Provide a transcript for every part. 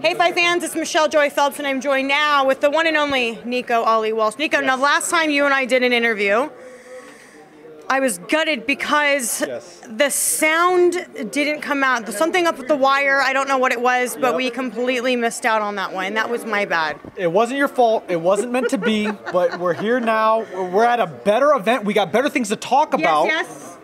Hey, Five fans, it's Michelle Joy Phelps, and I'm joined now with the one and only Nico Ollie Walsh. Nico, now last time you and I did an interview, I was gutted because the sound didn't come out. Something up with the wire, I don't know what it was, but we completely missed out on that one. That was my bad. It wasn't your fault. It wasn't meant to be, but we're here now. We're at a better event. We got better things to talk about. Yes, yes.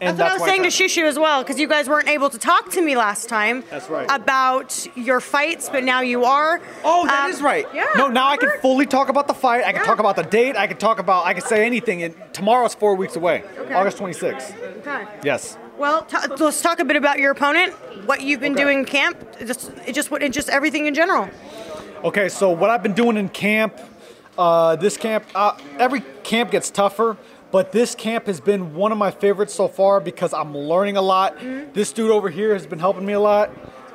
And that's what I was why saying to got- Shushu as well, because you guys weren't able to talk to me last time. That's right. About your fights, but now you are. Oh, that Um, is right. Yeah. No, now I remember? can fully talk about the fight. I can Yeah. talk about the date. I can talk about. I can say anything. And tomorrow's four weeks away. Okay. August 26th. Okay. Yes. Well, t- let's talk a bit about your opponent, what you've been Okay. doing in camp, just it just what it just everything in general. Okay, so what I've been doing in camp, uh, this camp, uh, every camp gets tougher, but this camp has been one of my favorites so far because I'm learning a lot. This dude over here has been helping me a lot.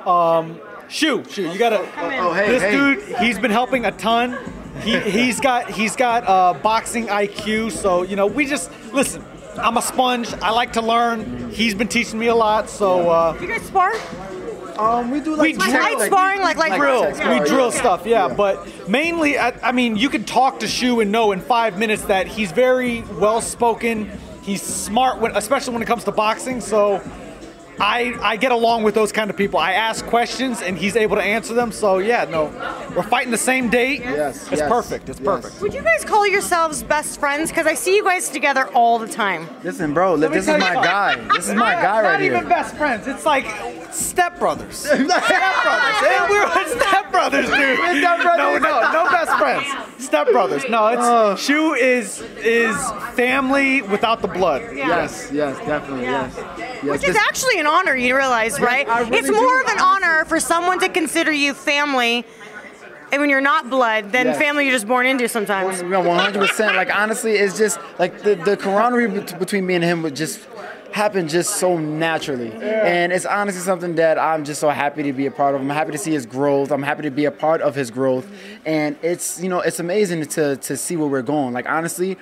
Um, shoot, shoot, you gotta. Oh, hey, this dude, he's been helping a ton. He, he's got he's got uh, boxing IQ, so you know we just listen. I'm a sponge. I like to learn. He's been teaching me a lot, so. Uh, Do you guys spar? Um, we Like light sparring, like like drill. Yeah. we drill Okay. stuff, yeah. But mainly, I, I mean, you could talk to Shu and know in five minutes that he's very well spoken. He's smart, when, especially when it comes to boxing. So I I get along with those kind of people. I ask questions and he's able to answer them. So yeah, no, we're fighting the same date. Yes, it's perfect. It's perfect. Would you guys call yourselves best friends? Because I see you guys together all the time. Listen, bro, li- me this is tell my you- guy. This is my guy not right even here. best friends. It's like stepbrothers. stepbrothers. And we were stepbrothers, dude. We're stepbrothers. No, no, no best friends. Stepbrothers. No, it's Shu is is family without the blood. Yes, yes, definitely, yes. yes. Which is this- actually an honor, you realize, right? I really it's more do, of an honor for someone to consider you family, and when you're not blood, than Yes. family you're just born into sometimes. No, 100%. Like, honestly, it's just like the, the camaraderie bet- between me and him would just happen just so naturally. And it's honestly something that I'm just so happy to be a part of. I'm happy to see his growth. I'm happy to be a part of his growth. And it's, you know, it's amazing to, to see where we're going. Like, honestly,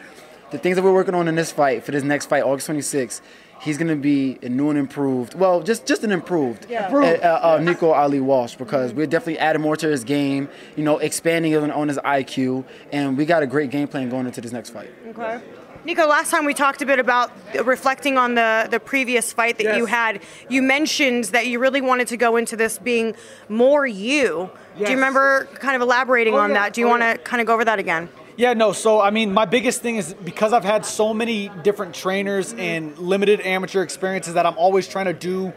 the things that we're working on in this fight, for this next fight, August 26th, he's going to be a new and improved, well, just just an improved, uh, uh, uh, Nico Ali Walsh because we're definitely adding more to his game, you know, expanding on, on his IQ, and we got a great game plan going into this next fight. Okay. Nico, last time we talked a bit about reflecting on the, the previous fight that you Yes. had. You mentioned that you really wanted to go into this being more you. Do Yes. you remember kind of elaborating Oh, on yeah. that? Do you Oh, want to yeah. kind of go over that again? Yeah, no. So I mean, my biggest thing is because I've had so many different trainers and limited amateur experiences that I'm always trying to do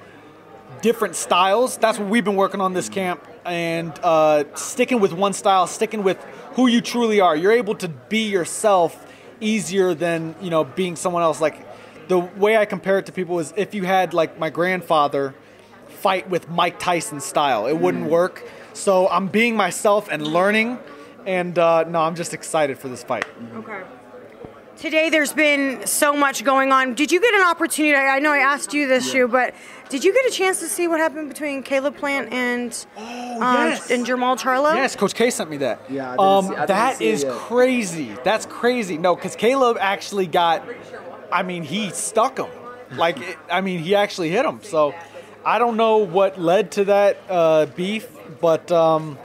different styles. That's what we've been working on this camp and uh, sticking with one style, sticking with who you truly are. You're able to be yourself easier than you know being someone else. Like the way I compare it to people is if you had like my grandfather fight with Mike Tyson style. It wouldn't work. So I'm being myself and learning. And uh, no, I'm just excited for this fight. Okay. Today, there's been so much going on. Did you get an opportunity? I I know I asked you this, Shu, but Did you get a chance to see what happened between Caleb Plant and um, Oh, yes. and Jamal Charlo? Yes, Coach K sent me that. Yeah, I didn't um, see- I didn't that see it is yet. crazy. That's crazy. No, because Caleb actually got. I mean, he stuck him. Like, it, I mean, he actually hit him. So, I don't know what led to that uh, beef, but um,